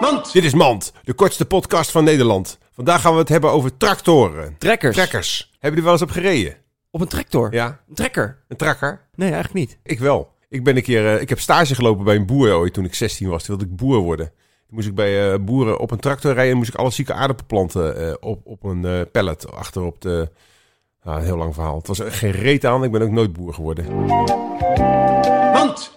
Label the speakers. Speaker 1: Mand!
Speaker 2: Dit is Mand, de kortste podcast van Nederland. Vandaag gaan we het hebben over tractoren.
Speaker 1: Trekkers.
Speaker 2: Trekkers. Hebben jullie wel eens op gereden?
Speaker 1: Op een tractor.
Speaker 2: Ja.
Speaker 1: Een trekker.
Speaker 2: Een trakker?
Speaker 1: Nee, eigenlijk niet.
Speaker 2: Ik wel. Ik ben een keer, eh, ik heb stage gelopen bij een boer ooit toen ik 16 was. Toen wilde ik boer worden. Toen moest ik bij eh, boeren op een tractor rijden en moest ik alle zieke aardappelplanten eh, op, op een eh, pallet achter op de... Ah, een heel lang verhaal. Het was er geen reet aan. Ik ben ook nooit boer geworden.
Speaker 1: Mand!